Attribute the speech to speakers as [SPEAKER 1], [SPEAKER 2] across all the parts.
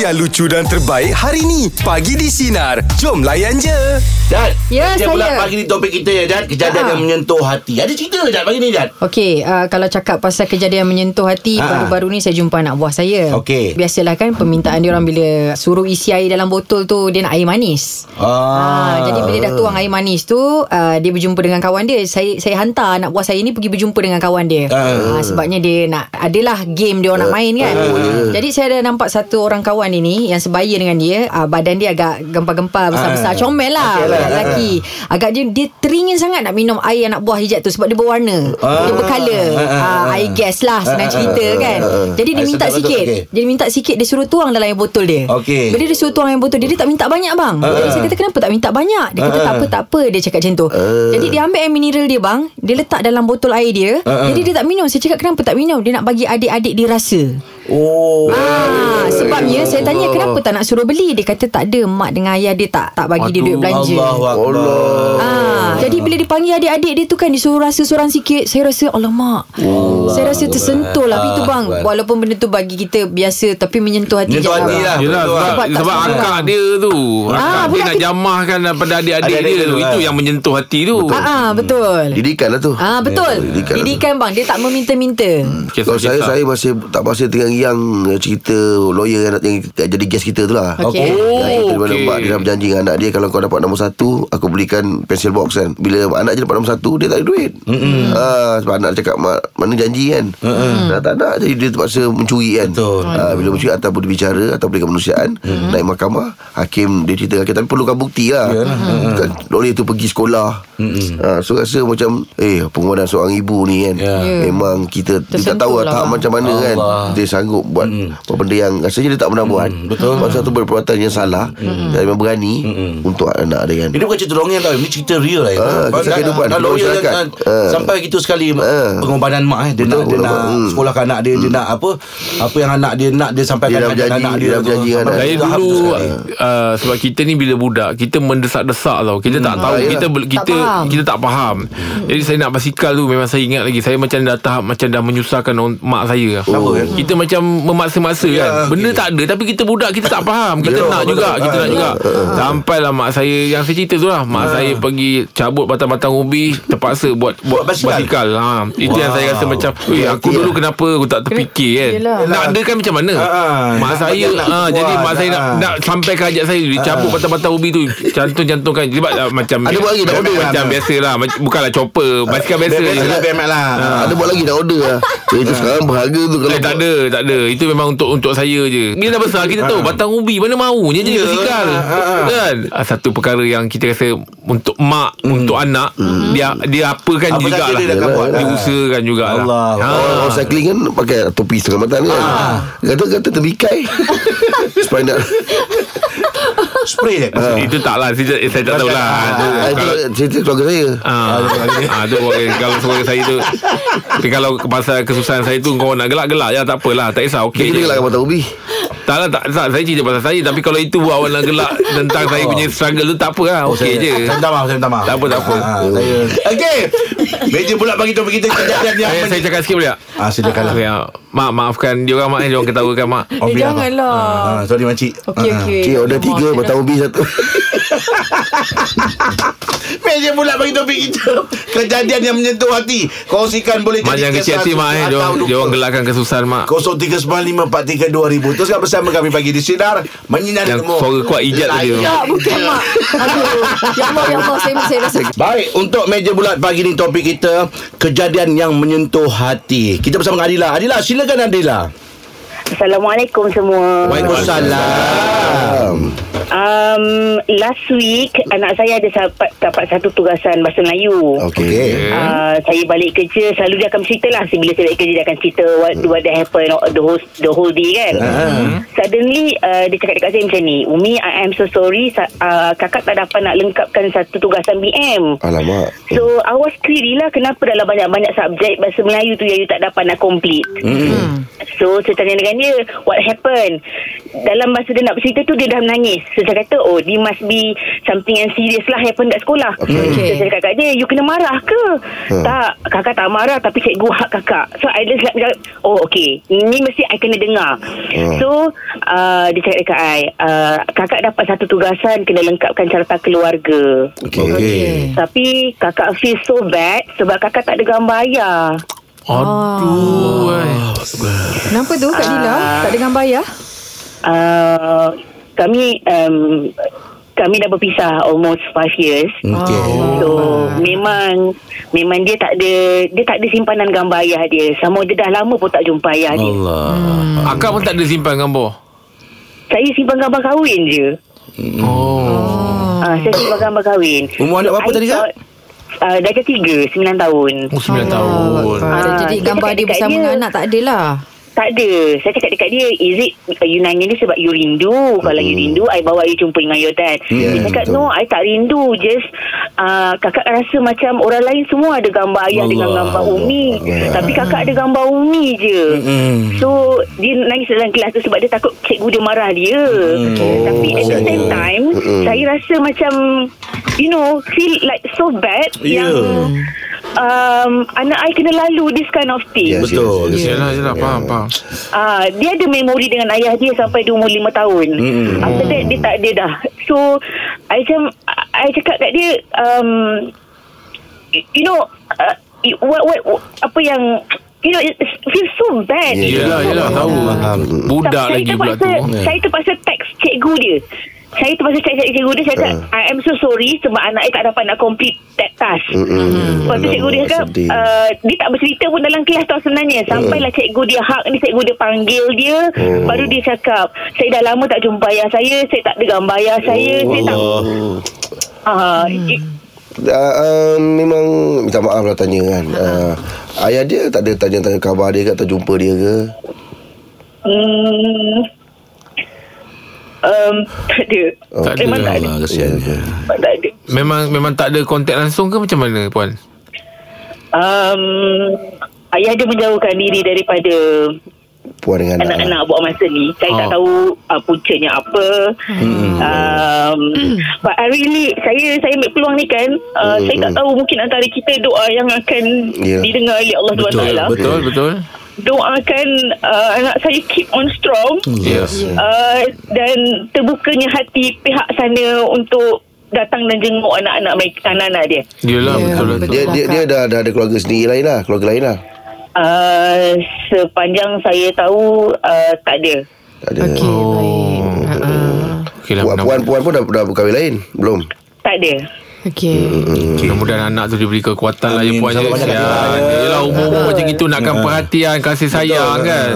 [SPEAKER 1] yang lucu dan terbaik hari ni. Pagi di Sinar. Jom layan je.
[SPEAKER 2] Jad,
[SPEAKER 3] Ya,
[SPEAKER 2] kita
[SPEAKER 3] saya.
[SPEAKER 2] pula pagi ni topik kita ya, Jad. Kejadian
[SPEAKER 3] Ha.
[SPEAKER 2] yang menyentuh hati. Ada cerita ke, Jad, pagi ni, Jad?
[SPEAKER 3] Okey, uh, kalau cakap pasal kejadian menyentuh hati
[SPEAKER 2] Ah.
[SPEAKER 3] baru-baru ni saya jumpa anak buah saya.
[SPEAKER 2] Okey.
[SPEAKER 3] Biasalah kan permintaan dia orang bila suruh isi air dalam botol tu dia nak air manis. Ah, jadi bila dah tuang air manis tu uh, dia berjumpa dengan kawan dia. Saya saya hantar anak buah saya ni pergi berjumpa dengan kawan dia.
[SPEAKER 2] Ah.
[SPEAKER 3] Ah, sebabnya dia nak adalah game dia orang nak main kan.
[SPEAKER 2] Ah.
[SPEAKER 3] Jadi saya ada nampak satu orang kawan ini yang sebaya dengan dia, ah, badan dia agak gempar-gempar besar-besar, comel lah
[SPEAKER 2] Ah. Okey lah.
[SPEAKER 3] okay, lelaki. Agak dia dia teringin sangat nak minum air anak buah hijab tu sebab dia berwarna.
[SPEAKER 2] Ah.
[SPEAKER 3] Dia berkala.
[SPEAKER 2] Ah.
[SPEAKER 3] Ah, air gas lah
[SPEAKER 2] Ah.
[SPEAKER 3] senang cerita kan.
[SPEAKER 2] Ah.
[SPEAKER 3] Jadi dia
[SPEAKER 2] Ah,
[SPEAKER 3] minta
[SPEAKER 2] sedap betul,
[SPEAKER 3] sikit.
[SPEAKER 2] okey.
[SPEAKER 3] Dia minta sikit dia suruh tuang dalam air botol dia.
[SPEAKER 2] Okey. Ah.
[SPEAKER 3] Bila dia suruh tuang air botol dia, dia tak minta banyak bang. Jadi saya kata kenapa tak minta banyak? Dia kata tak apa tak apa dia cakap macam tu.
[SPEAKER 2] Eh.
[SPEAKER 3] Jadi dia ambil air mineral dia bang, dia letak dalam botol air dia.
[SPEAKER 2] eh.
[SPEAKER 3] Jadi dia tak minum. Saya cakap kenapa tak minum? Dia nak bagi adik-adik dia rasa.
[SPEAKER 2] Oh.
[SPEAKER 3] Ah, sebabnya saya tanya kenapa tak nak suruh beli? Dia kata tak ada mak dengan ayah dia tak tak bagi dia duit belanja.
[SPEAKER 2] Allahu Akbar.
[SPEAKER 3] Ah, jadi bila dipanggil adik-adik dia tu kan disuruh rasa seorang sikit, saya rasa alamak. Allah saya rasa tersentuh lah Itu bang,
[SPEAKER 2] Akbar.
[SPEAKER 3] walaupun benda tu bagi kita biasa tapi menyentuh hati
[SPEAKER 2] Menyentuh
[SPEAKER 3] je
[SPEAKER 2] hati lah.
[SPEAKER 4] Yelah
[SPEAKER 2] Betul
[SPEAKER 4] sebab,
[SPEAKER 3] Sebab tak
[SPEAKER 4] sebab
[SPEAKER 3] semua
[SPEAKER 4] akak
[SPEAKER 3] orang.
[SPEAKER 4] dia tu Akak
[SPEAKER 3] Ah,
[SPEAKER 4] dia
[SPEAKER 3] budak
[SPEAKER 4] nak
[SPEAKER 3] kecil.
[SPEAKER 4] jamahkan daripada adik-adik
[SPEAKER 2] Adik-adik
[SPEAKER 4] dia
[SPEAKER 2] tu,
[SPEAKER 4] tu
[SPEAKER 2] kan.
[SPEAKER 4] Itu yang menyentuh hati tu
[SPEAKER 3] Ah, ah, betul.
[SPEAKER 5] Didikan lah tu
[SPEAKER 3] Ah betul.
[SPEAKER 5] Ya, didikan, lah
[SPEAKER 3] Didikan bang, dia tak meminta-minta.
[SPEAKER 2] Hmm.
[SPEAKER 5] tu. Kalau Oh, saya Saya masih Tak masih tengah yang Cerita lawyer yang, yang jadi guest kita tu lah
[SPEAKER 3] Okey.
[SPEAKER 4] Oh
[SPEAKER 5] Yang itu mana
[SPEAKER 4] okay.
[SPEAKER 5] mak dia dah berjanji dengan anak dia Kalau kau dapat nombor satu Aku belikan pencil box kan Bila anak je dapat nombor satu Dia tak ada duit mm-hmm. Sebab anak cakap mak, Mana janji kan mm-hmm. Dah tak nak Jadi dia terpaksa mencuri kan
[SPEAKER 2] Betul.
[SPEAKER 5] Ah, Bila mencuri Ataupun dia bicara Ataupun dia kemanusiaan mm-hmm. Naik mahkamah Hakim dia cerita hakim Tapi perlukan bukti lah mm-hmm. Lawyer tu pergi sekolah mm-hmm. So rasa macam Eh penguatan seorang ibu ni kan
[SPEAKER 2] Ya.
[SPEAKER 3] Ya.
[SPEAKER 5] Memang kita Kita tak
[SPEAKER 3] Tersentuh
[SPEAKER 5] tahu lah
[SPEAKER 3] lah,
[SPEAKER 5] tahap
[SPEAKER 3] bang.
[SPEAKER 5] macam mana kan
[SPEAKER 2] Allah.
[SPEAKER 5] Dia sanggup buat mm. Benda yang Rasanya dia tak pernah buat
[SPEAKER 2] betul.
[SPEAKER 5] Sebab satu perbuatan yang salah mm. Dan memang berani mm. Untuk anak dia kan
[SPEAKER 2] Ini bukan cerita dongeng tau Ini cerita real lah
[SPEAKER 5] Ah,
[SPEAKER 2] Sebab
[SPEAKER 5] kisah
[SPEAKER 2] dah-
[SPEAKER 5] kehidupan,
[SPEAKER 2] dah
[SPEAKER 5] kehidupan
[SPEAKER 2] lawyer
[SPEAKER 5] masyarakat.
[SPEAKER 2] kan,
[SPEAKER 5] Ah.
[SPEAKER 2] Sampai gitu sekali Pengorbanan mak eh Dia nak, dia nak
[SPEAKER 5] hmm.
[SPEAKER 2] sekolahkan anak dia Dia nak apa Apa yang anak dia nak Dia sampaikan
[SPEAKER 5] Dia dah
[SPEAKER 2] ajaran
[SPEAKER 5] berjanji, dia dah
[SPEAKER 2] tu.
[SPEAKER 5] berjanji dengan
[SPEAKER 2] Sampai
[SPEAKER 5] anak
[SPEAKER 4] saya
[SPEAKER 2] dia
[SPEAKER 4] dulu
[SPEAKER 2] hapus sekali.
[SPEAKER 4] uh, sebab kita ni bila budak kita mendesak-desak tau kita tak tahu kita bel- kita
[SPEAKER 3] faham.
[SPEAKER 4] kita tak faham jadi saya nak basikal tu memang saya ingat lagi saya macam dah tahap macam dah menyusahkan orang, mak saya oh. kita macam memaksa-maksa kan benda tak ada tapi kita budak kita tak faham kita nak juga kita nak juga sampailah mak saya yang saya cerita tu lah mak saya pergi cabut batang-batang ubi terpaksa buat buat
[SPEAKER 2] basikal.
[SPEAKER 4] basikal ha itu yang
[SPEAKER 2] Wow.
[SPEAKER 4] saya rasa macam "Weh, aku dulu kenapa aku tak terfikir kan
[SPEAKER 3] Yelah.
[SPEAKER 4] nak ada kan macam mana
[SPEAKER 2] Ah,
[SPEAKER 4] mak
[SPEAKER 2] nak
[SPEAKER 4] saya
[SPEAKER 2] banyak nak
[SPEAKER 4] ah jadi
[SPEAKER 2] buat,
[SPEAKER 4] mak saya nak
[SPEAKER 2] ah.
[SPEAKER 4] nak sampai ke ajak saya dicabut batang-batang ubi tu cantum-cantumkan sebab ah, macam
[SPEAKER 5] Ada buat lagi, tak
[SPEAKER 4] macam,
[SPEAKER 5] order kan?
[SPEAKER 4] macam biasalah mac- bukanlah chopper basikal biasa
[SPEAKER 2] Biar- biar-
[SPEAKER 4] je
[SPEAKER 2] biar- biar- biar lah
[SPEAKER 5] Ada Ah, buat lagi dah order lah Cerita sekarang berharga tu Kalau
[SPEAKER 4] Eh, tak ada, tak ada. Itu memang untuk untuk saya je. Bila dah besar kita tahu batang ubi mana maunya je basikal. Kan? Ah, Satu perkara yang kita rasa untuk mak, untuk anak, dia dia apakan
[SPEAKER 2] Apa
[SPEAKER 4] juga
[SPEAKER 2] saja
[SPEAKER 4] lah.
[SPEAKER 2] dia dah akan buat.
[SPEAKER 4] Dia usahakan jugalah.
[SPEAKER 2] Allah.
[SPEAKER 5] Orang,
[SPEAKER 4] Ha.
[SPEAKER 5] orang cycling kan Pakai topi setengah mata ni kan Kata-kata terbikai Supaya nak
[SPEAKER 2] Spray je
[SPEAKER 4] Itu taklah saya, saya tak tahulah.
[SPEAKER 5] Ah, Itu
[SPEAKER 4] Kalau-
[SPEAKER 5] cerita keluarga saya
[SPEAKER 4] Ah, ah, tu orang- kalau suara saya tu Tapi kalau pasal kesusahan saya tu Kau nak gelak-gelak ya tak apalah Tak kisah
[SPEAKER 5] Dia
[SPEAKER 4] okey
[SPEAKER 5] kena
[SPEAKER 4] je
[SPEAKER 5] gelakkan mata ubi
[SPEAKER 4] Tak lah tak, tak Saya cerita pasal saya Tapi kalau itu buat awak nak gelak Tentang saya punya struggle tu Tak apa lah Okey je
[SPEAKER 2] Saya minta maaf Saya minta maaf
[SPEAKER 4] Tak apa, tak apa.
[SPEAKER 2] Ah, ah, Saya Okey Meja pula bagi topik kita Kejadian yang
[SPEAKER 4] Saya, saya cakap sikit boleh tak?
[SPEAKER 2] Ah, silakanlah
[SPEAKER 4] Okay, ah. mak maafkan dia orang mak eh, dia orang ketawakan mak.
[SPEAKER 2] Oh,
[SPEAKER 3] Eh,
[SPEAKER 2] biar,
[SPEAKER 3] janganlah.
[SPEAKER 2] Mak. Ah, Sorry makcik
[SPEAKER 3] Okey
[SPEAKER 2] Ah, ah.
[SPEAKER 3] okey.
[SPEAKER 5] Cik order tiga Mata ubi satu
[SPEAKER 2] Meja pula bagi topik kita Kejadian yang menyentuh hati Kongsikan boleh
[SPEAKER 4] Mak yang kecil hati mak eh, dia orang, dia orang gelakkan kesusahan mak.
[SPEAKER 2] 0395432000 Teruskan bersama kami pagi di Sinar Menyinari
[SPEAKER 4] Yang
[SPEAKER 2] Temu.
[SPEAKER 4] suara kuat ijat tu dia.
[SPEAKER 3] Tak, Ya, bukan mak. Aduh. Ya Allah, ya Allah, saya saya rasa
[SPEAKER 2] Baik, untuk meja bulat pagi ni topik kita Kejadian yang menyentuh hati Kita bersama dengan Adila Adila, silakan Adila
[SPEAKER 6] Assalamualaikum semua.
[SPEAKER 2] Waalaikumsalam
[SPEAKER 6] Um, last week anak saya ada dapat dapat satu tugasan bahasa Melayu.
[SPEAKER 5] Okay
[SPEAKER 6] Uh, saya balik kerja selalu dia akan cerita lah bila saya balik kerja dia akan cerita what, what that happen the whole the whole day kan suddenly uh, dia cakap dekat saya macam ni Umi I am so sorry Sa- uh, kakak tak dapat nak lengkapkan satu tugasan BM
[SPEAKER 5] Alamak
[SPEAKER 6] So I was query lah Hmm. Kenapa dalam banyak-banyak subjek Bahasa Melayu tu Yang you tak dapat nak complete mm. So saya tanya dengan dia what happened dalam masa dia nak bercerita tu dia dah menangis so saya kata oh dia must be something yang serious lah happen kat sekolah okay.
[SPEAKER 3] Okay.
[SPEAKER 6] so saya cakap kat dia you kena marah ke hmm. tak kakak tak marah tapi cikgu hak kakak so I just like macam, oh okay ni mesti I kena dengar hmm. so uh, dia cakap dekat I uh, kakak dapat satu tugasan kena lengkapkan carta keluarga
[SPEAKER 2] Okay. okay.
[SPEAKER 6] tapi kakak feel so bad sebab kakak tak ada gambar ayah.
[SPEAKER 4] Aduh eh.
[SPEAKER 3] Kenapa tu Kak Lila? Tak ya? dengan bayar?
[SPEAKER 6] Uh, kami um, kami dah berpisah almost 5 years.
[SPEAKER 2] Okay.
[SPEAKER 6] So
[SPEAKER 2] Oh.
[SPEAKER 6] memang memang dia tak ada dia tak ada simpanan gambar ayah dia. Sama dia dah lama pun tak jumpa ayah dia.
[SPEAKER 2] Allah.
[SPEAKER 4] Akak pun tak ada simpan gambar.
[SPEAKER 6] Saya simpan gambar kahwin je.
[SPEAKER 4] Oh.
[SPEAKER 6] Ah, saya simpan gambar kahwin.
[SPEAKER 2] Umur anak berapa
[SPEAKER 6] I
[SPEAKER 2] tadi, Kak?
[SPEAKER 6] thought, Ah, dah ke tiga, sembilan tahun.
[SPEAKER 4] Oh, 9 tahun.
[SPEAKER 3] Ah,
[SPEAKER 6] Ah,
[SPEAKER 3] jadi
[SPEAKER 6] dia
[SPEAKER 3] gambar
[SPEAKER 6] cakap
[SPEAKER 3] dia
[SPEAKER 6] dekat
[SPEAKER 3] bersama
[SPEAKER 6] dia.
[SPEAKER 3] dengan anak tak adalah.
[SPEAKER 6] Tak ada. Saya cakap dekat dia, is it you nanya ni sebab you rindu? Kalau you rindu, I bawa you jumpa dengan your dad.
[SPEAKER 5] Yeah,
[SPEAKER 6] dia cakap,
[SPEAKER 5] Hmm. betul.
[SPEAKER 6] no, I tak rindu. Just uh, kakak rasa macam orang lain semua ada gambar ayah
[SPEAKER 2] Allah.
[SPEAKER 6] dengan gambar umi.
[SPEAKER 5] Allah. Hmm,
[SPEAKER 6] Tapi kakak ada gambar umi je.
[SPEAKER 2] Mm-mm.
[SPEAKER 6] So, dia nangis dalam kelas tu sebab dia takut cikgu dia marah dia.
[SPEAKER 5] Hmm,
[SPEAKER 6] Tapi at
[SPEAKER 5] Oh,
[SPEAKER 6] the same time, saya rasa macam, you know, feel like so bad
[SPEAKER 2] Yeah.
[SPEAKER 5] Ya.
[SPEAKER 6] yang um, anak I kena lalu this kind of thing.
[SPEAKER 5] Yes,
[SPEAKER 2] Betul.
[SPEAKER 5] yes, yes.
[SPEAKER 4] Yalah, yalah, faham, faham.
[SPEAKER 6] Ah, dia ada memori dengan ayah dia sampai dia umur 5 tahun. Mm-hmm. After that dia tak ada dah. So I macam I cakap kat dia um you know uh, what, what what apa yang you know it feel so bad.
[SPEAKER 4] Yalah, yalah, Ya, tahu.
[SPEAKER 5] Hmm.
[SPEAKER 4] Budak
[SPEAKER 6] Saya
[SPEAKER 4] lagi pula
[SPEAKER 6] terpaksa,
[SPEAKER 4] tu.
[SPEAKER 6] Saya terpaksa teks cikgu dia. Saya terpaksa cek cek cikgu dia Saya kata
[SPEAKER 4] Ha.
[SPEAKER 6] I am so sorry Sebab anak saya tak dapat nak complete That task
[SPEAKER 5] Mm-mm.
[SPEAKER 6] Lepas tu cikgu dia cakap
[SPEAKER 5] Sedih.
[SPEAKER 6] uh, Dia tak bercerita pun dalam kelas tau
[SPEAKER 4] Mm.
[SPEAKER 6] sebenarnya Sampailah cikgu dia hak ni Cikgu dia panggil dia
[SPEAKER 5] Oh.
[SPEAKER 6] Baru dia cakap Saya dah lama tak jumpa ayah saya Saya tak ada gambar ayah saya
[SPEAKER 4] Oh,
[SPEAKER 6] Saya tak uh,
[SPEAKER 5] uh, uh, memang minta maaf lah tanya kan. Uh, ayah dia tak ada tanya-tanya khabar dia ke atau jumpa dia ke?
[SPEAKER 6] mm, um, Tak ada
[SPEAKER 4] Tak ada. lah.
[SPEAKER 6] Memang tak ada
[SPEAKER 2] Allah, kesian.
[SPEAKER 5] Ya,
[SPEAKER 6] Memang tak ada
[SPEAKER 4] Memang memang tak ada kontak langsung ke macam mana, Puan?
[SPEAKER 6] um, Ayah dia menjauhkan diri daripada
[SPEAKER 5] Puan dengan anak. Oh.
[SPEAKER 6] anak-anak buat masa ni. Saya
[SPEAKER 4] Ah.
[SPEAKER 6] tak tahu uh, puncanya apa.
[SPEAKER 5] Hmm.
[SPEAKER 6] Um,
[SPEAKER 2] Hmm.
[SPEAKER 6] but I really, saya saya ambil peluang ni kan, uh, saya tak tahu mungkin antara kita doa yang akan
[SPEAKER 5] Hmm. Ya.
[SPEAKER 6] didengar oleh Allah
[SPEAKER 2] Betul,
[SPEAKER 6] SWT.
[SPEAKER 2] betul.
[SPEAKER 4] Betul, betul.
[SPEAKER 6] Doakan uh, anak saya keep on strong
[SPEAKER 5] Hmm.
[SPEAKER 4] Yes.
[SPEAKER 6] uh, dan terbukanya hati pihak sana untuk datang dan jenguk anak-anak mereka, anak-anak dia.
[SPEAKER 4] Yalah,
[SPEAKER 3] Ya,
[SPEAKER 4] betul, betul.
[SPEAKER 5] Dia dia dia dah, dah ada keluarga sendiri lain lah, keluarga lain lah.
[SPEAKER 6] Uh, sepanjang saya tahu uh, tak ada.
[SPEAKER 5] Tak ada.
[SPEAKER 3] Okey,
[SPEAKER 4] Oh,
[SPEAKER 3] baik. Ha, ha.
[SPEAKER 4] Okay lah,
[SPEAKER 5] Puan,
[SPEAKER 4] mudah-
[SPEAKER 5] puan, puan pun dah, dah berkahwin lain? Belum?
[SPEAKER 6] Tak ada.
[SPEAKER 4] Hmm.
[SPEAKER 3] Okey.
[SPEAKER 4] Mudah-mudahan anak tu diberi kekuatan lah ya
[SPEAKER 2] Amin.
[SPEAKER 4] Puan ya.
[SPEAKER 2] Sama banyak
[SPEAKER 4] Kesian. Yelah umur-umur macam itu nakkan perhatian, kasih sayang kan.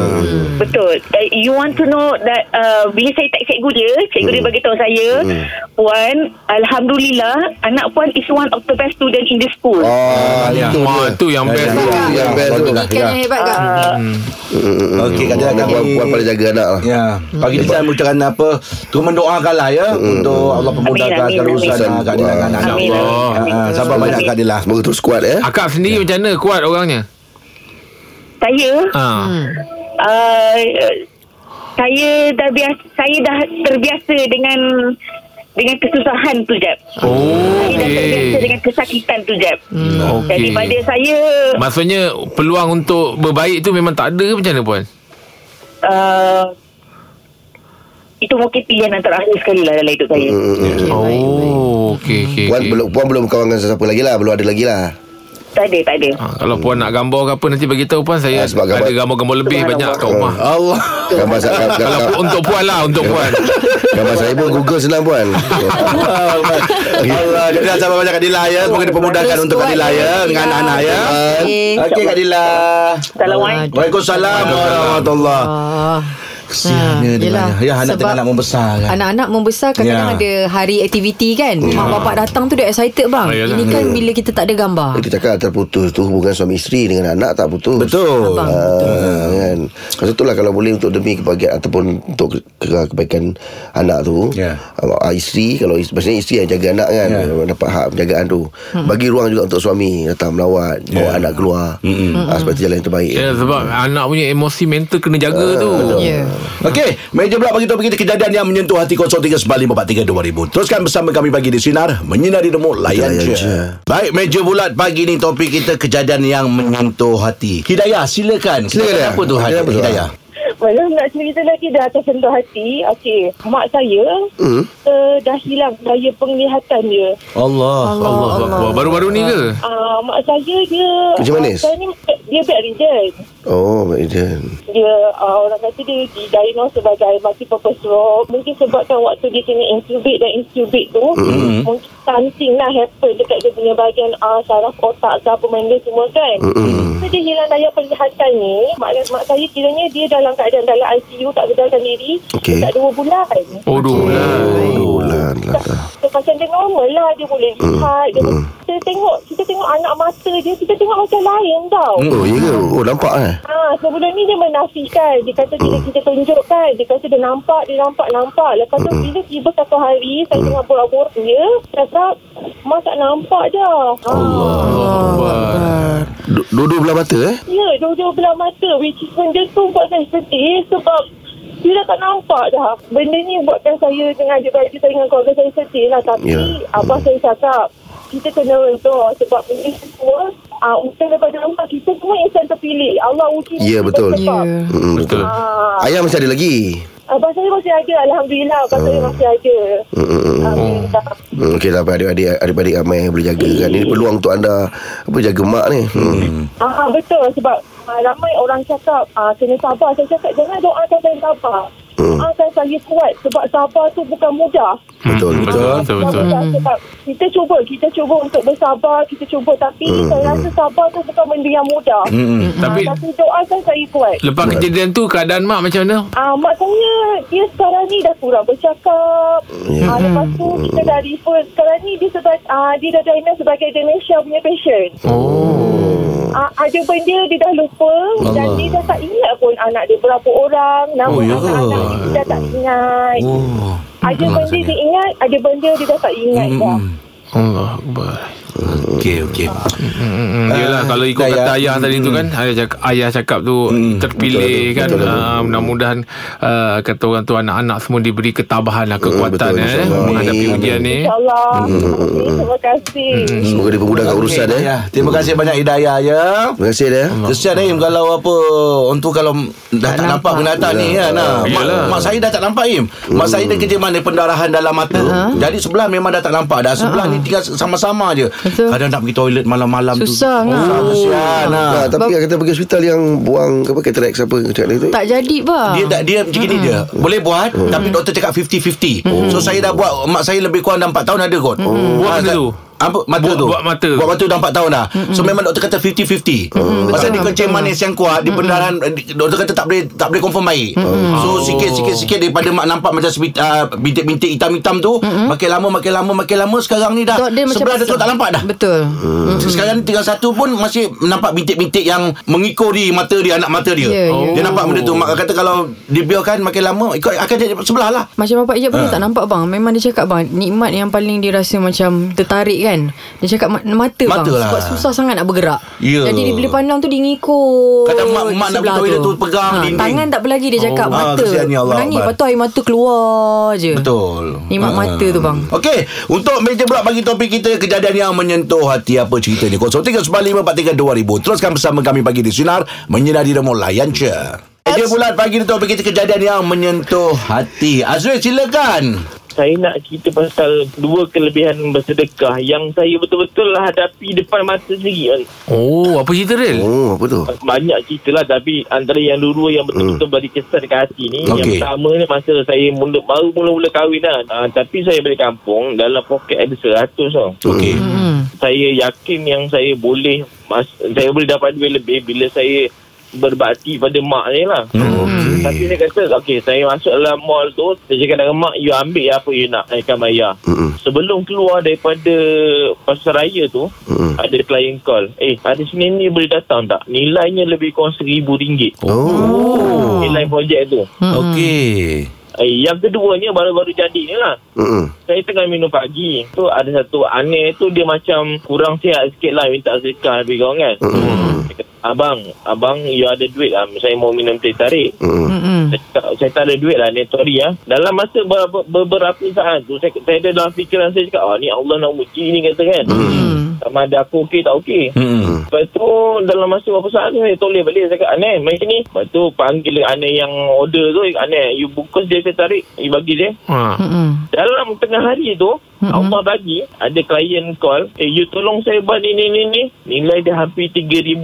[SPEAKER 6] Betul. Uh, you want to know that uh, bila saya tak cikgu dia, cikgu
[SPEAKER 4] Hmm.
[SPEAKER 6] dia bagi tahu saya, puan, alhamdulillah anak puan is one of the best student in the school.
[SPEAKER 5] Ah,
[SPEAKER 4] Ya,
[SPEAKER 5] itu
[SPEAKER 4] Wah,
[SPEAKER 5] dia.
[SPEAKER 4] tu yang
[SPEAKER 5] Ya,
[SPEAKER 4] best.
[SPEAKER 5] ya,
[SPEAKER 4] tu.
[SPEAKER 5] Yang best tu. Hmm,
[SPEAKER 3] Kan yang hebat Kak.
[SPEAKER 2] Ah.
[SPEAKER 6] Uh,
[SPEAKER 2] Okey,
[SPEAKER 5] Puan,
[SPEAKER 2] kadang-kadang
[SPEAKER 5] puan, puan paling jaga anak lah.
[SPEAKER 2] Ya,
[SPEAKER 6] Hmm.
[SPEAKER 2] pagi ni saya mengucapkan apa tu mendoakanlah ya untuk Allah memudahkan
[SPEAKER 6] Amin, amin,
[SPEAKER 2] urusan
[SPEAKER 5] amin.
[SPEAKER 2] Kak Dila dengan anak.
[SPEAKER 6] Amin,
[SPEAKER 2] Allah.
[SPEAKER 6] amin.
[SPEAKER 2] Ah, Sabar banyak Kak Dila.
[SPEAKER 5] Semoga terus kuat eh.
[SPEAKER 4] Akak sendiri macam mana kuat orangnya?
[SPEAKER 6] saya
[SPEAKER 4] Ha.
[SPEAKER 2] Hmm.
[SPEAKER 6] uh, saya dah biasa, saya dah terbiasa dengan dengan kesusahan tu Jeb.
[SPEAKER 4] Oh,
[SPEAKER 6] Saya dah terbiasa
[SPEAKER 4] okey. Hmm,
[SPEAKER 6] dengan kesakitan tu Jeb.
[SPEAKER 4] Okey.
[SPEAKER 6] Daripada saya
[SPEAKER 4] Maksudnya peluang untuk berbaik tu memang tak ada ke macam mana Puan?
[SPEAKER 6] uh, itu mungkin pilihan yang terakhir sekali lah dalam hidup saya.
[SPEAKER 4] Hmm. Oh, okey okey.
[SPEAKER 5] Hmm, Puan
[SPEAKER 4] okey.
[SPEAKER 5] belum puan belum kawan dengan sesiapa lagi lah, belum ada lagi lah.
[SPEAKER 6] Tak ada, tak ada.
[SPEAKER 4] Ha, kalau puan nak gambar ke apa nanti bagi tahu puan saya
[SPEAKER 5] Ah, sebab
[SPEAKER 4] ada
[SPEAKER 5] gambar-
[SPEAKER 4] gambar-gambar lebih banyak kat rumah.
[SPEAKER 2] Allah.
[SPEAKER 5] Hmm. Gambar saya gambar,
[SPEAKER 4] Kalau pu- untuk puan lah, untuk puan.
[SPEAKER 5] gambar saya pun Google senang puan.
[SPEAKER 2] Allah. Jadi sabar banyak Kak Dila ya. Semoga dipermudahkan untuk Kak Dila ya dengan anak-anak ya.
[SPEAKER 3] Okey.
[SPEAKER 2] Okey Kak Dila.
[SPEAKER 6] Assalamualaikum.
[SPEAKER 2] Waalaikumsalam warahmatullahi
[SPEAKER 3] Ah.
[SPEAKER 2] Kesiannya
[SPEAKER 3] Ha, yelah.
[SPEAKER 2] dengannya. Ya anak
[SPEAKER 3] Sebab
[SPEAKER 2] tengah nak membesar kan.
[SPEAKER 3] Anak-anak membesar kadang-kadang
[SPEAKER 2] Ya.
[SPEAKER 3] ada hari aktiviti kan. Mak bapak datang tu dia excited bang.
[SPEAKER 4] Ah, yalah.
[SPEAKER 3] Ini kan bila kita tak ada gambar.
[SPEAKER 5] Kita cakap terputus tu hubungan suami isteri dengan anak tak putus.
[SPEAKER 2] Betul.
[SPEAKER 3] Abang.
[SPEAKER 5] Ah, kan. Sebab itulah kalau boleh untuk demi kebahagiaan ataupun untuk ke- ke- kebaikan anak tu.
[SPEAKER 2] Ya.
[SPEAKER 5] ah, isteri kalau isteri, maksudnya isteri yang jaga anak kan
[SPEAKER 2] Ya.
[SPEAKER 5] dapat hak penjagaan tu. Bagi ruang juga untuk suami datang melawat, bawa
[SPEAKER 2] Ya.
[SPEAKER 5] anak keluar. Mm-hmm. Ah, seperti jalan yang terbaik.
[SPEAKER 4] Ya, sebab anak punya emosi mental kena jaga tu.
[SPEAKER 5] Ha,
[SPEAKER 3] Ya.
[SPEAKER 2] Okey, meja pula bagi topik kita kejadian yang menyentuh hati 0395432000. Teruskan bersama kami bagi di sinar menyinari demo layan
[SPEAKER 5] Layan
[SPEAKER 2] je.
[SPEAKER 5] je.
[SPEAKER 2] Baik, meja bulat pagi ni topik kita kejadian yang menyentuh hati. Hidayah, silakan.
[SPEAKER 5] Silakan,
[SPEAKER 2] Silakan apa tu
[SPEAKER 5] Hidayah,
[SPEAKER 2] hati
[SPEAKER 5] apa tu?
[SPEAKER 2] Hidayah?
[SPEAKER 7] Malah nak cerita lagi dah atas sentuh hati. Okey, mak saya hmm? uh, dah hilang daya penglihatan dia.
[SPEAKER 2] Allah,
[SPEAKER 4] Allah, Allah, Allah. Baru-baru ni ke?
[SPEAKER 7] Uh, mak saya dia...
[SPEAKER 5] Kerja manis?
[SPEAKER 7] Uh, saya ni, dia bedridden.
[SPEAKER 5] Oh, baik dia.
[SPEAKER 7] Dia uh, orang kata dia didiagnose sebagai multi-purpose stroke. Mungkin sebabkan waktu dia kena intubate dan intubate tu, hmm. mungkin something lah happen dekat dia punya bahagian uh, saraf otak ke apa benda semua kan. Hmm. So, dia hilang daya penglihatan ni. Mak, mak saya kiranya dia dalam keadaan dalam ICU tak sedarkan diri.
[SPEAKER 5] Okey.
[SPEAKER 7] Dekat dua bulan.
[SPEAKER 4] Oh, dua bulan.
[SPEAKER 5] Oh, lah, lah, lah.
[SPEAKER 7] So, pasal dia normal lah Dia boleh lihat dia, Kita tengok Kita tengok anak mata dia Kita tengok macam lain tau
[SPEAKER 5] Oh, ya ke? Oh, nampak eh?
[SPEAKER 7] Ha, sebelum ni dia menafikan Dia kata bila kita tunjukkan Dia kata dia nampak Dia nampak nampak Lepas tu bila tiba satu hari Saya tengah borak-borak dia Saya cakap Mas tak nampak dah ha.
[SPEAKER 5] Du- Dua-dua belah mata eh?
[SPEAKER 7] Ya dua-dua belah mata Which is benda tu buat saya sedih Sebab dia dah tak nampak dah Benda ni buatkan saya Dengan adik-beradik saya Dengan keluarga saya sedih lah Tapi
[SPEAKER 5] Ya.
[SPEAKER 7] yeah. Abah saya cakap Kita kena redor Sebab benda ni semua uh, Urusan daripada Allah Kita semua insan terpilih Allah uji
[SPEAKER 5] Ya,
[SPEAKER 7] kita
[SPEAKER 5] betul.
[SPEAKER 7] sebab.
[SPEAKER 3] Ya.
[SPEAKER 5] Mm, betul.
[SPEAKER 7] Ah,
[SPEAKER 5] Ayah masih ada lagi?
[SPEAKER 7] abah saya masih ada Alhamdulillah Abah saya
[SPEAKER 5] Oh.
[SPEAKER 7] masih ada Alhamdulillah
[SPEAKER 5] Hmm, okay lah adik-adik adik-adik ramai yang boleh jaga kan. Ini peluang untuk anda apa jaga mak ni. Hmm.
[SPEAKER 7] Ah betul sebab ah, ramai orang cakap ah, kena sabar. Saya cakap jangan doakan saya sabar. Doakan saya kuat sebab sabar tu bukan mudah.
[SPEAKER 5] Betul betul.
[SPEAKER 4] Hmm, Betul, betul,
[SPEAKER 7] Bukan
[SPEAKER 4] betul.
[SPEAKER 7] mudah sebab kita cuba, kita cuba untuk bersabar, kita cuba tapi saya rasa sabar tu bukan benda yang mudah. Hmm.
[SPEAKER 4] Tapi-
[SPEAKER 7] tapi doakan saya kuat.
[SPEAKER 4] Lepas kejadian tu keadaan mak macam mana?
[SPEAKER 7] Ah, mak saya dia sekarang ni dah kurang bercakap. Ah, lepas tu kita dah refer sekarang ni dia sebagai ah, dia dah diagnose sebagai dementia punya patient. Oh. Ah, ada benda dia dah lupa Allah. dan dia dah tak ingat pun anak dia berapa orang, nama
[SPEAKER 2] Oh, ya.
[SPEAKER 7] anak-anak dia, dia dah tak ingat.
[SPEAKER 2] Oh.
[SPEAKER 7] Ada
[SPEAKER 2] Hmm,
[SPEAKER 7] benda dia ingat, ada benda dia dah tak ingat
[SPEAKER 2] Hmm,
[SPEAKER 7] dah.
[SPEAKER 2] hmm.
[SPEAKER 4] Oh. Allah Akbar.
[SPEAKER 2] Okey, okey.
[SPEAKER 4] Mm,
[SPEAKER 2] Ah,
[SPEAKER 4] Yelah kalau
[SPEAKER 5] ya.
[SPEAKER 4] ikut
[SPEAKER 2] Dayah.
[SPEAKER 4] kata ayah tadi tu
[SPEAKER 5] Hmm.
[SPEAKER 4] kan ayah cakap ayah cakap tu terpilih kan Ah, mudah-mudahan ah, kata orang tu anak-anak semua diberi ketabahan lah kekuatan
[SPEAKER 5] Hmm, betul,
[SPEAKER 4] eh
[SPEAKER 5] insyaAllah.
[SPEAKER 4] menghadapi
[SPEAKER 5] Amin.
[SPEAKER 4] ujian ni.
[SPEAKER 7] InsyaAllah. Okay, terima kasih.
[SPEAKER 5] Hmm. Semoga dia memudahkan urusan eh.
[SPEAKER 2] Hidayah. Terima kasih banyak Hidayah ya.
[SPEAKER 5] Terima kasih dia.
[SPEAKER 2] Kesian
[SPEAKER 4] Hmm.
[SPEAKER 2] Im kalau apa Orang tu kalau Dah tak, nampak binatang ni kan ah.
[SPEAKER 4] Yalah. Hmm.
[SPEAKER 2] mak, mak saya dah tak nampak Im Mak saya dia kerja mana Pendarahan dalam mata Jadi sebelah memang dah tak nampak Dah sebelah ni tinggal sama-sama je
[SPEAKER 3] Betul.
[SPEAKER 2] Kadang nak pergi toilet malam-malam tu
[SPEAKER 3] Susah, kan?
[SPEAKER 2] Susah kesian ah.
[SPEAKER 5] Ah, tapi yang kata pergi hospital yang buang apa cataract siapa cakap dia tu.
[SPEAKER 3] Tak jadi bang.
[SPEAKER 2] Dia tak dia macam gini dia. Boleh buat tapi doktor cakap 50-50. So saya dah buat mak saya lebih kurang dah 4 tahun ada kot.
[SPEAKER 4] Buat
[SPEAKER 2] Ah,
[SPEAKER 4] benda
[SPEAKER 2] saya-
[SPEAKER 4] tu?
[SPEAKER 2] Apa mata
[SPEAKER 4] Buat-
[SPEAKER 2] tu?
[SPEAKER 4] buat mata.
[SPEAKER 2] Buat mata dah 4 tahun dah. So memang doktor kata 50-50. Pasal dia kencing manis yang kuat, di pendarahan doktor kata tak boleh tak boleh confirm baik. So
[SPEAKER 4] Oh.
[SPEAKER 2] sikit-sikit sikit daripada mak nampak macam sebit- ah, bintik-bintik hitam-hitam tu, makin lama makin lama makin lama sekarang ni dah
[SPEAKER 3] Dok dia macam
[SPEAKER 2] sebelah doktor tak nampak dah. Hmm.
[SPEAKER 3] Betul.
[SPEAKER 2] Sekarang ni Mm-hmm. tinggal satu pun Masih nampak bintik-bintik Yang mengikori mata dia Anak mata dia
[SPEAKER 3] Ya,
[SPEAKER 2] Dia
[SPEAKER 4] ya.
[SPEAKER 2] nampak benda tu Mak kata kalau Dibiarkan makin lama Ikut akan jadi sebelah lah
[SPEAKER 3] Macam bapak ijab pun dia tak nampak bang Memang dia cakap bang Nikmat yang paling dia rasa macam Tertarik kan Dia cakap ma- mata,
[SPEAKER 2] Mata
[SPEAKER 3] bang
[SPEAKER 2] lah.
[SPEAKER 3] Sebab susah sangat nak bergerak
[SPEAKER 2] Ya.
[SPEAKER 3] Jadi dia bila pandang tu dia ngikut
[SPEAKER 2] Kadang mak- mak nak
[SPEAKER 3] sebelah Ha,
[SPEAKER 2] pergi toilet tu pegang dinding.
[SPEAKER 3] Tangan tak berlagi dia cakap
[SPEAKER 2] Oh. Ah,
[SPEAKER 3] Mata
[SPEAKER 2] kesiannya Allah
[SPEAKER 3] Menangis
[SPEAKER 2] Akbar.
[SPEAKER 3] Lepas tu air mata keluar je
[SPEAKER 2] Betul
[SPEAKER 3] Ya. Nikmat
[SPEAKER 2] Ah.
[SPEAKER 3] mata tu bang
[SPEAKER 2] Okey Untuk meja pula bagi topik kita Kejadian yang menyentuh hati Apa ceritanya 0395432000 Teruskan bersama kami Pagi di Sinar Menyinari Remo Layan je Meja bulat pagi ni topik kita Kejadian yang menyentuh hati Azri silakan
[SPEAKER 8] saya nak cerita pasal dua kelebihan bersedekah yang saya betul-betul lah hadapi depan mata sendiri kan.
[SPEAKER 4] Oh apa cerita real?
[SPEAKER 5] Oh, apa tu?
[SPEAKER 8] Banyak cerita lah tapi antara yang dua yang betul-betul bagi kesan dekat hati ni. Yang
[SPEAKER 2] Okey.
[SPEAKER 8] pertama ni masa saya mula, baru mula-mula kahwin lah. Ah, tapi saya balik kampung dalam poket ada seratus tau.
[SPEAKER 2] Okey
[SPEAKER 3] hmm.
[SPEAKER 8] Saya yakin yang saya boleh mas, saya boleh dapat duit lebih bila saya berbakti pada mak saya lah.
[SPEAKER 5] Okey.
[SPEAKER 8] Tapi dia kata, okey saya masuk dalam mall tu, saya cakap dengan mak, you ambil lah apa you nak, saya akan bayar.
[SPEAKER 5] Mm-mm.
[SPEAKER 8] Sebelum keluar daripada pasaraya tu,
[SPEAKER 5] Mm-mm.
[SPEAKER 8] ada klien call, eh hari Senin ni boleh datang tak? Nilainya lebih kurang RM1,000.
[SPEAKER 5] Oh.
[SPEAKER 8] Oh. Nilai projek tu.
[SPEAKER 9] Okey.
[SPEAKER 8] Eh, yang keduanya baru-baru jadi ni lah.
[SPEAKER 5] Mm-mm.
[SPEAKER 8] Saya tengah minum pagi Tu ada satu aneh tu Dia macam kurang sihat sikit lah Minta sedekah lebih kurang kan
[SPEAKER 5] Mm-mm.
[SPEAKER 8] Dia kata, Abang Abang you ada duit lah Saya mau minum teh tarik
[SPEAKER 5] Mm-mm.
[SPEAKER 3] Mm-mm.
[SPEAKER 8] saya, tak- saya tak ada duit lah ni Sorry lah Dalam masa beberapa, beberapa saat tu saya, saya ada dalam fikiran saya cakap ah, Ni Allah nak uji ni kata kan Sama ada aku okey tak okey
[SPEAKER 9] Hmm.
[SPEAKER 8] Lepas tu dalam masa berapa saat tu saya toleh balik saya cakap Aneh macam ni Lepas tu panggil anak yang order tu Aneh you bungkus dia saya tarik You bagi dia
[SPEAKER 4] Ha.
[SPEAKER 3] Mm-mm.
[SPEAKER 8] dalam tengah hari tu
[SPEAKER 3] Mm-mm.
[SPEAKER 8] mm-hmm. Allah bagi ada klien call eh you tolong saya buat ni ni ni ni nilai dia hampir RM3,000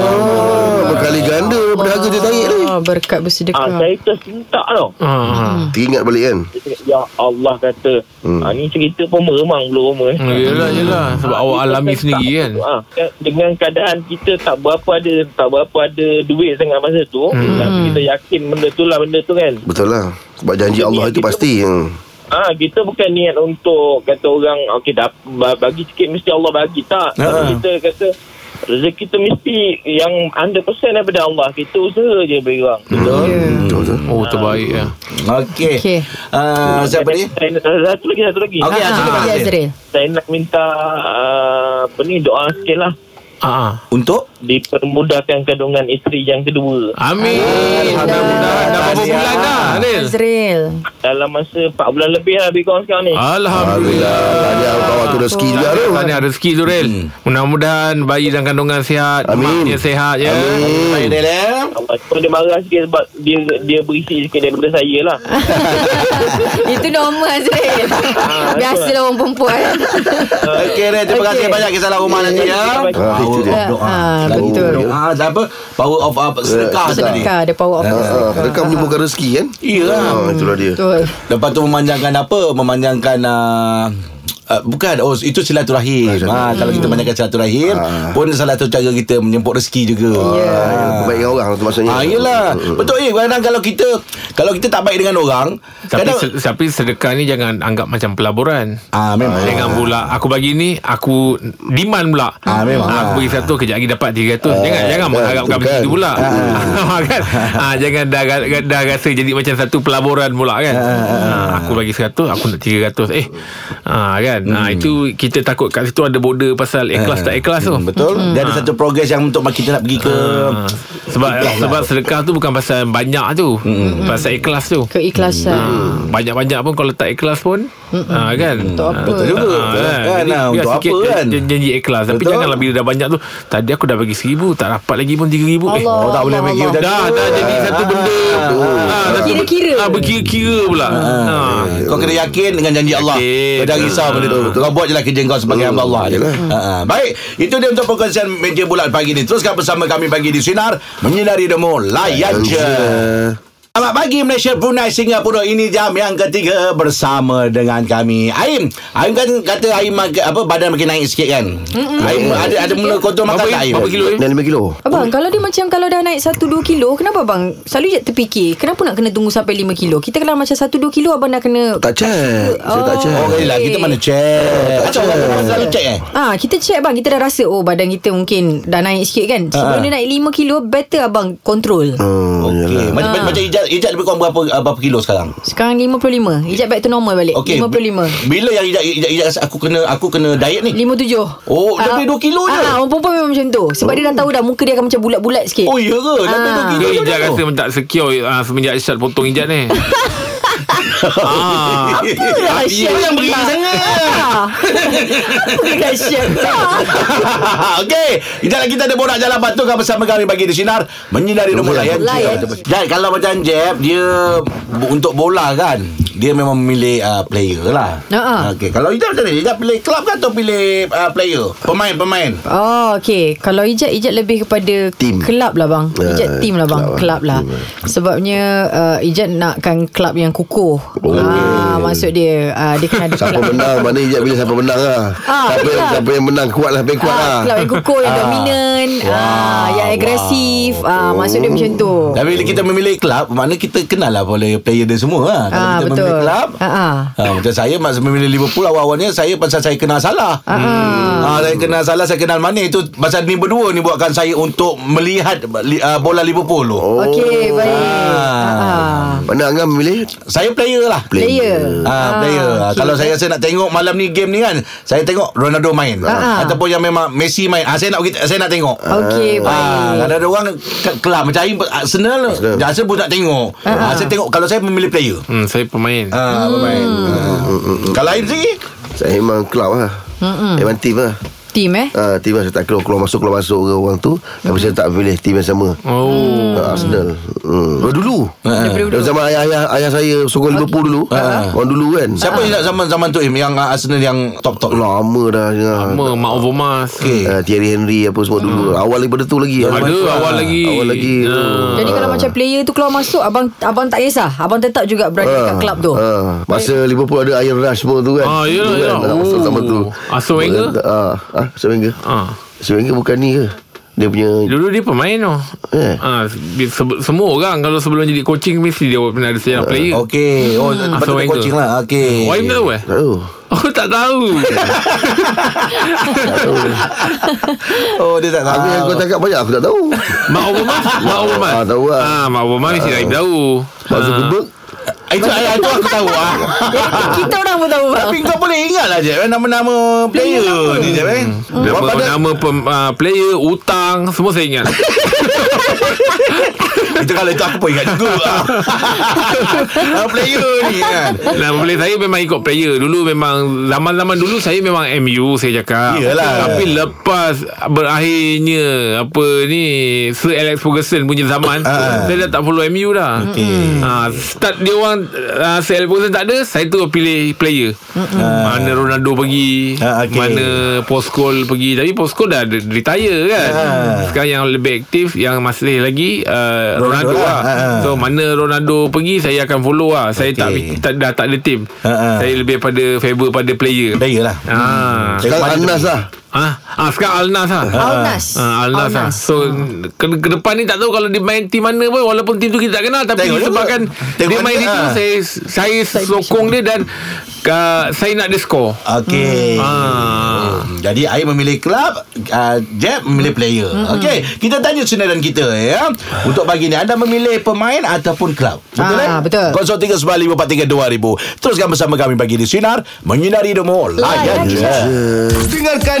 [SPEAKER 5] Ah, berkali ganda daripada harga dia tarik
[SPEAKER 2] Hmm.
[SPEAKER 5] ni.
[SPEAKER 3] Ah, berkat bersedekah.
[SPEAKER 8] ah, saya tersentak tau
[SPEAKER 4] Ha. ha.
[SPEAKER 5] Teringat balik kan.
[SPEAKER 8] Saya cakap, ya Allah kata
[SPEAKER 5] Hmm.
[SPEAKER 8] mm. ah, ni cerita pun meremang belum roma eh.
[SPEAKER 4] Hmm, Yelah yelah Sebab awak
[SPEAKER 8] Kita
[SPEAKER 4] alami
[SPEAKER 8] tersentak
[SPEAKER 4] sendiri kan
[SPEAKER 8] tu, ah. dengan keadaan kita tak berapa ada tak berapa ada duit sangat masa tu
[SPEAKER 4] Hmm.
[SPEAKER 8] tapi kita yakin benda tu lah benda tu kan
[SPEAKER 5] Betul lah. Sebab janji Allah itu pasti. Hmm.
[SPEAKER 8] Ah kita bukan niat untuk kata orang okey dah ba- bagi sikit mesti Allah bagi tak.
[SPEAKER 4] Ha.
[SPEAKER 8] Tapi kita kata rezeki tu mesti yang 100% daripada Allah. Kita usaha je bagi orang.
[SPEAKER 3] Hmm.
[SPEAKER 8] Betul.
[SPEAKER 2] Hmm.
[SPEAKER 5] Betul betul.
[SPEAKER 4] Oh terbaik ya.
[SPEAKER 2] Okey.
[SPEAKER 3] Ya. Okey.
[SPEAKER 2] Ah, siapa ni?
[SPEAKER 8] Saya nak satu lagi satu lagi.
[SPEAKER 4] Ha.
[SPEAKER 2] Okey,
[SPEAKER 3] Ah,
[SPEAKER 2] Azril.
[SPEAKER 3] ya, Azril.
[SPEAKER 8] Saya nak minta uh, apa ni doa sikit lah
[SPEAKER 4] Ha.
[SPEAKER 2] Untuk
[SPEAKER 8] dipermudahkan kandungan isteri yang kedua.
[SPEAKER 4] Amin Mudah-mudahan Dah berapa bulan dah
[SPEAKER 2] Ya.
[SPEAKER 4] Adil
[SPEAKER 3] Azril.
[SPEAKER 8] Dalam masa 4 bulan lebih lah bagi korang sekarang ni.
[SPEAKER 4] Ah. Alhamdulillah
[SPEAKER 5] Alhamdulillah. Tahniah untuk awak tu rezeki juga tu. Ah,
[SPEAKER 4] Tahniah rezeki tu Ril Mudah-mudahan Bayi dan kandungan sihat
[SPEAKER 5] Amin.
[SPEAKER 4] Maknya sihat ya
[SPEAKER 2] Baik, Del, eh?
[SPEAKER 8] Abang Cuma dia marah sikit sebab dia dia berisi sikit daripada saya lah.
[SPEAKER 3] Itu normal Azril. Biasalah orang perempuan.
[SPEAKER 2] Okey, Del, terima
[SPEAKER 3] Okey.
[SPEAKER 2] kasih banyak kisah lagu malam ni ya.
[SPEAKER 5] Ah, itu
[SPEAKER 2] Power
[SPEAKER 5] dia.
[SPEAKER 2] of doa.
[SPEAKER 3] Ah,
[SPEAKER 2] Selalu
[SPEAKER 3] betul.
[SPEAKER 2] doa. Ah, apa? Power of uh, sedekah tadi.
[SPEAKER 3] Sedekah dia power of
[SPEAKER 5] Ah, Rekam ni bukan rezeki kan?
[SPEAKER 2] Iyalah.
[SPEAKER 5] Ah, Itulah dia.
[SPEAKER 3] Betul.
[SPEAKER 2] Lepas tu memanjangkan apa? Memanjangkan uh, Uh, bukan oh itu silaturahim. Ha, kalau
[SPEAKER 3] Hmm.
[SPEAKER 2] kita manjakan silaturahim
[SPEAKER 5] Ah.
[SPEAKER 2] pun salah satu cara kita menyemput rezeki juga. Ya.
[SPEAKER 5] Ah, Baik dengan orang tu maksudnya.
[SPEAKER 2] Ah,
[SPEAKER 5] Hmm,
[SPEAKER 2] yelah Betul eh kadang kalau kita kalau kita tak baik dengan orang
[SPEAKER 4] tapi,
[SPEAKER 2] kadang
[SPEAKER 4] se- tapi sedekah ni jangan anggap macam pelaburan.
[SPEAKER 2] ah memang
[SPEAKER 4] Jangan pula aku bagi ni aku demand pula.
[SPEAKER 2] Ah, memang lah.
[SPEAKER 4] Aku bagi satu kejap lagi dapat 300. jangan jangan
[SPEAKER 5] kan,
[SPEAKER 4] mengharapkan
[SPEAKER 5] tu kan.
[SPEAKER 4] begitu pula. kan? Ah jangan dah, dah dah rasa jadi macam satu pelaburan pula kan. Ah, aku bagi 100 aku nak 300 eh. Ah kan. Ah itu kita takut kat situ ada border pasal ikhlas tak ikhlas tu.
[SPEAKER 2] hmm, betul
[SPEAKER 3] Hmm.
[SPEAKER 2] dia ada satu progres yang untuk kita nak pergi ke lah.
[SPEAKER 4] Ah, sebab sebab sedekah tu bukan pasal banyak tu. Pasal ikhlas tu.
[SPEAKER 2] Hmm.
[SPEAKER 3] Keikhlasan.
[SPEAKER 4] Ah, Banyak-banyak pun Kalau tak ikhlas pun ah, Kan Untuk
[SPEAKER 3] apa?
[SPEAKER 2] Betul juga. Kan, ah,
[SPEAKER 4] Jadi, biar
[SPEAKER 2] untuk
[SPEAKER 4] sikit
[SPEAKER 2] apa
[SPEAKER 4] jen-
[SPEAKER 2] kan?
[SPEAKER 4] jen- Janji ikhlas Tapi
[SPEAKER 2] Betul.
[SPEAKER 4] janganlah bila dah banyak tu Tadi aku dah bagi seribu Tak dapat lagi pun tiga ribu Eh
[SPEAKER 2] Oh, tak boleh
[SPEAKER 3] Allah,
[SPEAKER 2] pergi
[SPEAKER 3] Allah.
[SPEAKER 2] macam
[SPEAKER 4] Dah,
[SPEAKER 2] tu.
[SPEAKER 4] dah jadi satu benda. Ah, satu-
[SPEAKER 3] Kira-kira.
[SPEAKER 4] ah, Berkira-kira pula Ah.
[SPEAKER 2] Kau kena Ha. yakin Ha. dengan janji Allah.
[SPEAKER 4] Yakin.
[SPEAKER 2] Kau jangan risau benda tu. Kau buat je lah kerja kau sebagai hamba Allah je. Ha, ha. Baik, itu dia untuk perkongsian meja bulat pagi ni. Teruskan bersama kami pagi di Sinar. Menyinari demo layan je. Selamat pagi Malaysia, Brunei, Singapura. Ini jam yang ketiga bersama dengan kami. Aim, Aim kan kata Aim makan- apa badan makin naik sikit kan? Aim ada ada mula kotor makan
[SPEAKER 4] Berapa-
[SPEAKER 2] tak Aim?
[SPEAKER 4] berapa kilo eh?
[SPEAKER 5] Dah 5 kilo.
[SPEAKER 3] Abang, kalau dia macam kalau dah naik 1-2 kilo, kenapa abang selalu je terfikir, kenapa nak kena tunggu sampai 5 kilo? Kita kalau macam 1-2 kilo, abang dah kena...
[SPEAKER 5] Tak check. Saya tak
[SPEAKER 3] Oh.
[SPEAKER 5] check.
[SPEAKER 2] Oh, kali lah. Kita mana cek? Macam orang mana selalu cek eh?
[SPEAKER 3] Ah, kita check bang Kita dah rasa Oh badan kita mungkin Dah naik sikit kan Sebelum
[SPEAKER 2] Ah.
[SPEAKER 3] dia naik 5 kilo Better abang control
[SPEAKER 5] Hmm,
[SPEAKER 2] Okey,
[SPEAKER 5] yalah.
[SPEAKER 2] macam macam Ijaz, Ijaz lebih kurang berapa berapa kilo sekarang?
[SPEAKER 3] Sekarang 55 Ijat back to normal balik
[SPEAKER 2] Okey.
[SPEAKER 3] 55
[SPEAKER 2] Bila yang ijak, ijak, ijak rasa aku kena aku kena diet ni?
[SPEAKER 3] 57
[SPEAKER 2] Oh, lebih dua kilo je?
[SPEAKER 3] Ah, Orang perempuan memang macam tu Sebab dia dah tahu dah Muka dia akan macam bulat-bulat sikit
[SPEAKER 2] Oh, ya ke? Sampai
[SPEAKER 3] Ah.
[SPEAKER 2] 2 kilo
[SPEAKER 4] Dia
[SPEAKER 2] je
[SPEAKER 4] Ijat
[SPEAKER 2] dah
[SPEAKER 4] rasa
[SPEAKER 2] tu.
[SPEAKER 4] macam tak secure ah, Semenjak Isyad potong Ijat ni ah,
[SPEAKER 3] Apalah Syed
[SPEAKER 2] yang beri sangat.
[SPEAKER 3] Ah. Apa kat Syed
[SPEAKER 2] Okey, Ijaz lagi kita ada borak jalan batu kan bersama kami bagi di sinar menyinari rumah layan.
[SPEAKER 3] Layan.
[SPEAKER 2] Dan kalau macam Jeb dia bu- untuk bola kan. dia memang memilih uh, player lah.
[SPEAKER 3] Ha-ha.
[SPEAKER 2] Okey, kalau Ijaz macam mana? Ijaz pilih club kan atau pilih uh, player? Pemain, pemain.
[SPEAKER 3] Oh, okay. Kalau Ijat, Ijat lebih kepada
[SPEAKER 5] Team.
[SPEAKER 3] kelab lah bang.
[SPEAKER 5] Ah,
[SPEAKER 3] Ijat team lah bang.
[SPEAKER 5] kelab
[SPEAKER 3] Kelab
[SPEAKER 5] lah.
[SPEAKER 3] lah. Sebabnya uh, Ijat nakkan kelab yang kukuh. Oh. Ah, maksud dia, uh, dia kena ada
[SPEAKER 5] Siapa
[SPEAKER 3] kelab.
[SPEAKER 5] menang Mana ijat bila siapa menang lah
[SPEAKER 3] Ah,
[SPEAKER 5] siapa, yang,
[SPEAKER 3] betul.
[SPEAKER 5] siapa yang menang Kuat lah Sampai kuat
[SPEAKER 3] Ah,
[SPEAKER 5] lah
[SPEAKER 3] kelab yang kukuh, yang dominan, ah, yang agresif. Ah, maksud dia macam tu. Ah,
[SPEAKER 2] Dan bila kita memilih club, mana kita kenal lah boleh player dia semua. Ha? Kalau
[SPEAKER 3] Ah,
[SPEAKER 2] kita
[SPEAKER 3] betul.
[SPEAKER 2] memilih club,
[SPEAKER 3] Ah, ah.
[SPEAKER 2] Ha, macam saya masa memilih Liverpool awal-awalnya saya pasal saya kenal salah.
[SPEAKER 3] Ah,
[SPEAKER 2] Hmm. Ha, saya kenal salah, saya kenal mana itu pasal ni berdua ni buatkan saya untuk melihat li, uh, bola Liverpool tu. Oh.
[SPEAKER 3] Okey, baik. Ah.
[SPEAKER 5] Mana Angam memilih
[SPEAKER 2] Saya player lah.
[SPEAKER 3] Player.
[SPEAKER 2] Ah, player. Ah,
[SPEAKER 3] okey.
[SPEAKER 2] Kalau saya rasa nak tengok malam ni game ni kan, saya tengok Ronaldo main
[SPEAKER 3] Ah.
[SPEAKER 2] ataupun yang memang Messi main. Ah, saya nak saya nak tengok.
[SPEAKER 3] Okey,
[SPEAKER 2] Ah,
[SPEAKER 3] baik.
[SPEAKER 2] kadang ada orang ke- kelab macam Aim ah, Arsenal. Arsenal pun tak tengok. Ah, saya tengok kalau saya memilih player.
[SPEAKER 4] Hmm, saya pemain.
[SPEAKER 2] Ah,
[SPEAKER 3] Hmm.
[SPEAKER 2] pemain. Ah. Kalau Aim sendiri?
[SPEAKER 5] Saya memang club lah Memang team lah
[SPEAKER 3] Team eh?
[SPEAKER 5] Ah, Team lah Saya tak keluar, keluar masuk Keluar masuk ke orang tu Tapi saya tak pilih Team yang sama
[SPEAKER 4] Oh.
[SPEAKER 3] Mm.
[SPEAKER 5] Ah, Arsenal hmm. Oh, Dulu
[SPEAKER 2] Ah,
[SPEAKER 5] Dulu zaman ayah, ayah, ayah saya Sokong Liverpool dulu Orang dulu kan
[SPEAKER 2] Siapa ingat zaman-zaman tu Im Yang uh, Arsenal yang top-top lah
[SPEAKER 5] Lama dah dengar.
[SPEAKER 4] Sama Mak Ovo Mas.
[SPEAKER 2] Okay
[SPEAKER 5] Ah, Thierry Henry apa semua dulu Awal daripada tu
[SPEAKER 4] Eh.
[SPEAKER 5] lagi
[SPEAKER 4] Hmm.
[SPEAKER 5] Ah.
[SPEAKER 4] Ada
[SPEAKER 2] lah.
[SPEAKER 4] awal lagi.
[SPEAKER 5] Awal lagi tu.
[SPEAKER 2] Ah.
[SPEAKER 3] Jadi kalau macam player tu keluar masuk Abang abang tak kisah Abang tetap juga berada dekat
[SPEAKER 5] Ah,
[SPEAKER 3] kelab tu
[SPEAKER 5] ah. Masa Liverpool ada Iron Rush semua tu kan
[SPEAKER 4] Eh. Ah, yelah,
[SPEAKER 5] Tu kan,
[SPEAKER 4] yelah.
[SPEAKER 5] ah, Masa
[SPEAKER 4] Oh.
[SPEAKER 5] zaman tu
[SPEAKER 4] Arsene Wenger?
[SPEAKER 5] Ah, ah, Arsene Wenger
[SPEAKER 4] Ah.
[SPEAKER 5] Arsene Wenger bukan ni ke Dia punya
[SPEAKER 4] Dulu dia pemain tu.
[SPEAKER 5] Eh.
[SPEAKER 4] Ah, dia se- semua orang kalau sebelum jadi coaching mesti dia pernah ada seorang player. Ah,
[SPEAKER 2] Okay Oh
[SPEAKER 5] Ah,
[SPEAKER 2] lepas tu
[SPEAKER 4] Arsenal
[SPEAKER 2] dia
[SPEAKER 4] Wenger.
[SPEAKER 2] coaching lah Okay
[SPEAKER 4] Wahim tak tahu eh?
[SPEAKER 5] Tak tahu
[SPEAKER 4] Oh tak tahu
[SPEAKER 2] Oh dia tak
[SPEAKER 5] Aku yang
[SPEAKER 2] tahu
[SPEAKER 5] kau cakap banyak Aku tak tahu
[SPEAKER 4] Mak Obermas Mak Obermas
[SPEAKER 5] Ah, tahu lah.
[SPEAKER 4] ah, Mak Obermas mesti Rahim tahu
[SPEAKER 5] Mak Zuckerberg
[SPEAKER 2] Ah, Itu ayat tu aku tahu ah.
[SPEAKER 3] Kita orang pun tahu bang
[SPEAKER 2] Tapi kau boleh ingat lah je Nama-nama player ni je eh.
[SPEAKER 4] Nama,
[SPEAKER 2] Orang pandai-
[SPEAKER 4] nama pem, ah, player Utang Semua saya ingat
[SPEAKER 2] Itu kalau itu aku pun ingat juga ah. Ah, Player ni kan
[SPEAKER 4] Nah, Lah, boleh saya memang ikut player Dulu memang Zaman-zaman dulu Saya memang MU Saya cakap
[SPEAKER 2] Iyalah.
[SPEAKER 4] Tapi lepas Berakhirnya Apa ni Sir Alex Ferguson punya zaman
[SPEAKER 2] Ah.
[SPEAKER 4] Saya dah tak follow MU dah
[SPEAKER 2] Okey.
[SPEAKER 4] Ah, Start dia orang ah, Sir Alex Ferguson tak ada Saya tu pilih player Mana Ronaldo pergi
[SPEAKER 2] Ah, okey.
[SPEAKER 4] Mana Poskol pergi Tapi Poskol dah de- retire kan
[SPEAKER 2] Ah.
[SPEAKER 4] Sekarang yang lebih aktif Yang masih lagi ah,
[SPEAKER 2] Ronaldo
[SPEAKER 4] Ronaldo,
[SPEAKER 2] lah.
[SPEAKER 4] lah,
[SPEAKER 2] Ah.
[SPEAKER 4] So mana Ronaldo pergi Saya akan follow lah Saya
[SPEAKER 2] Okey.
[SPEAKER 4] okay. tak, tak dah tak ada team
[SPEAKER 2] Ha, ha.
[SPEAKER 4] Saya lebih pada Favor pada player
[SPEAKER 2] Player lah
[SPEAKER 4] Ah,
[SPEAKER 5] Sekarang Anas lah
[SPEAKER 4] ah, ah sekarang Alnas lah.
[SPEAKER 2] Ha?
[SPEAKER 3] Alnas.
[SPEAKER 4] Ah, Alnas lah.
[SPEAKER 3] Alnas.
[SPEAKER 4] So ke, ke depan ni tak tahu kalau dia main team mana pun walaupun team tu kita tak kenal tapi
[SPEAKER 2] Tengok juga.
[SPEAKER 4] Tengok sebabkan
[SPEAKER 2] Tengok
[SPEAKER 4] dia main
[SPEAKER 2] dia,
[SPEAKER 4] itu
[SPEAKER 2] ah.
[SPEAKER 4] saya saya sokong dia dan uh, saya nak dia skor.
[SPEAKER 2] Okey.
[SPEAKER 5] Hmm.
[SPEAKER 4] Ah.
[SPEAKER 2] Hmm. Jadi I memilih klub, uh, Jeb memilih player. Okey, kita tanya senaran kita ya. Untuk pagi ni anda memilih pemain ataupun klub. Betul
[SPEAKER 3] Ah, betul.
[SPEAKER 2] eh? 0395432000. Teruskan bersama kami pagi di sinar menyinari demo layan je.
[SPEAKER 1] Dengarkan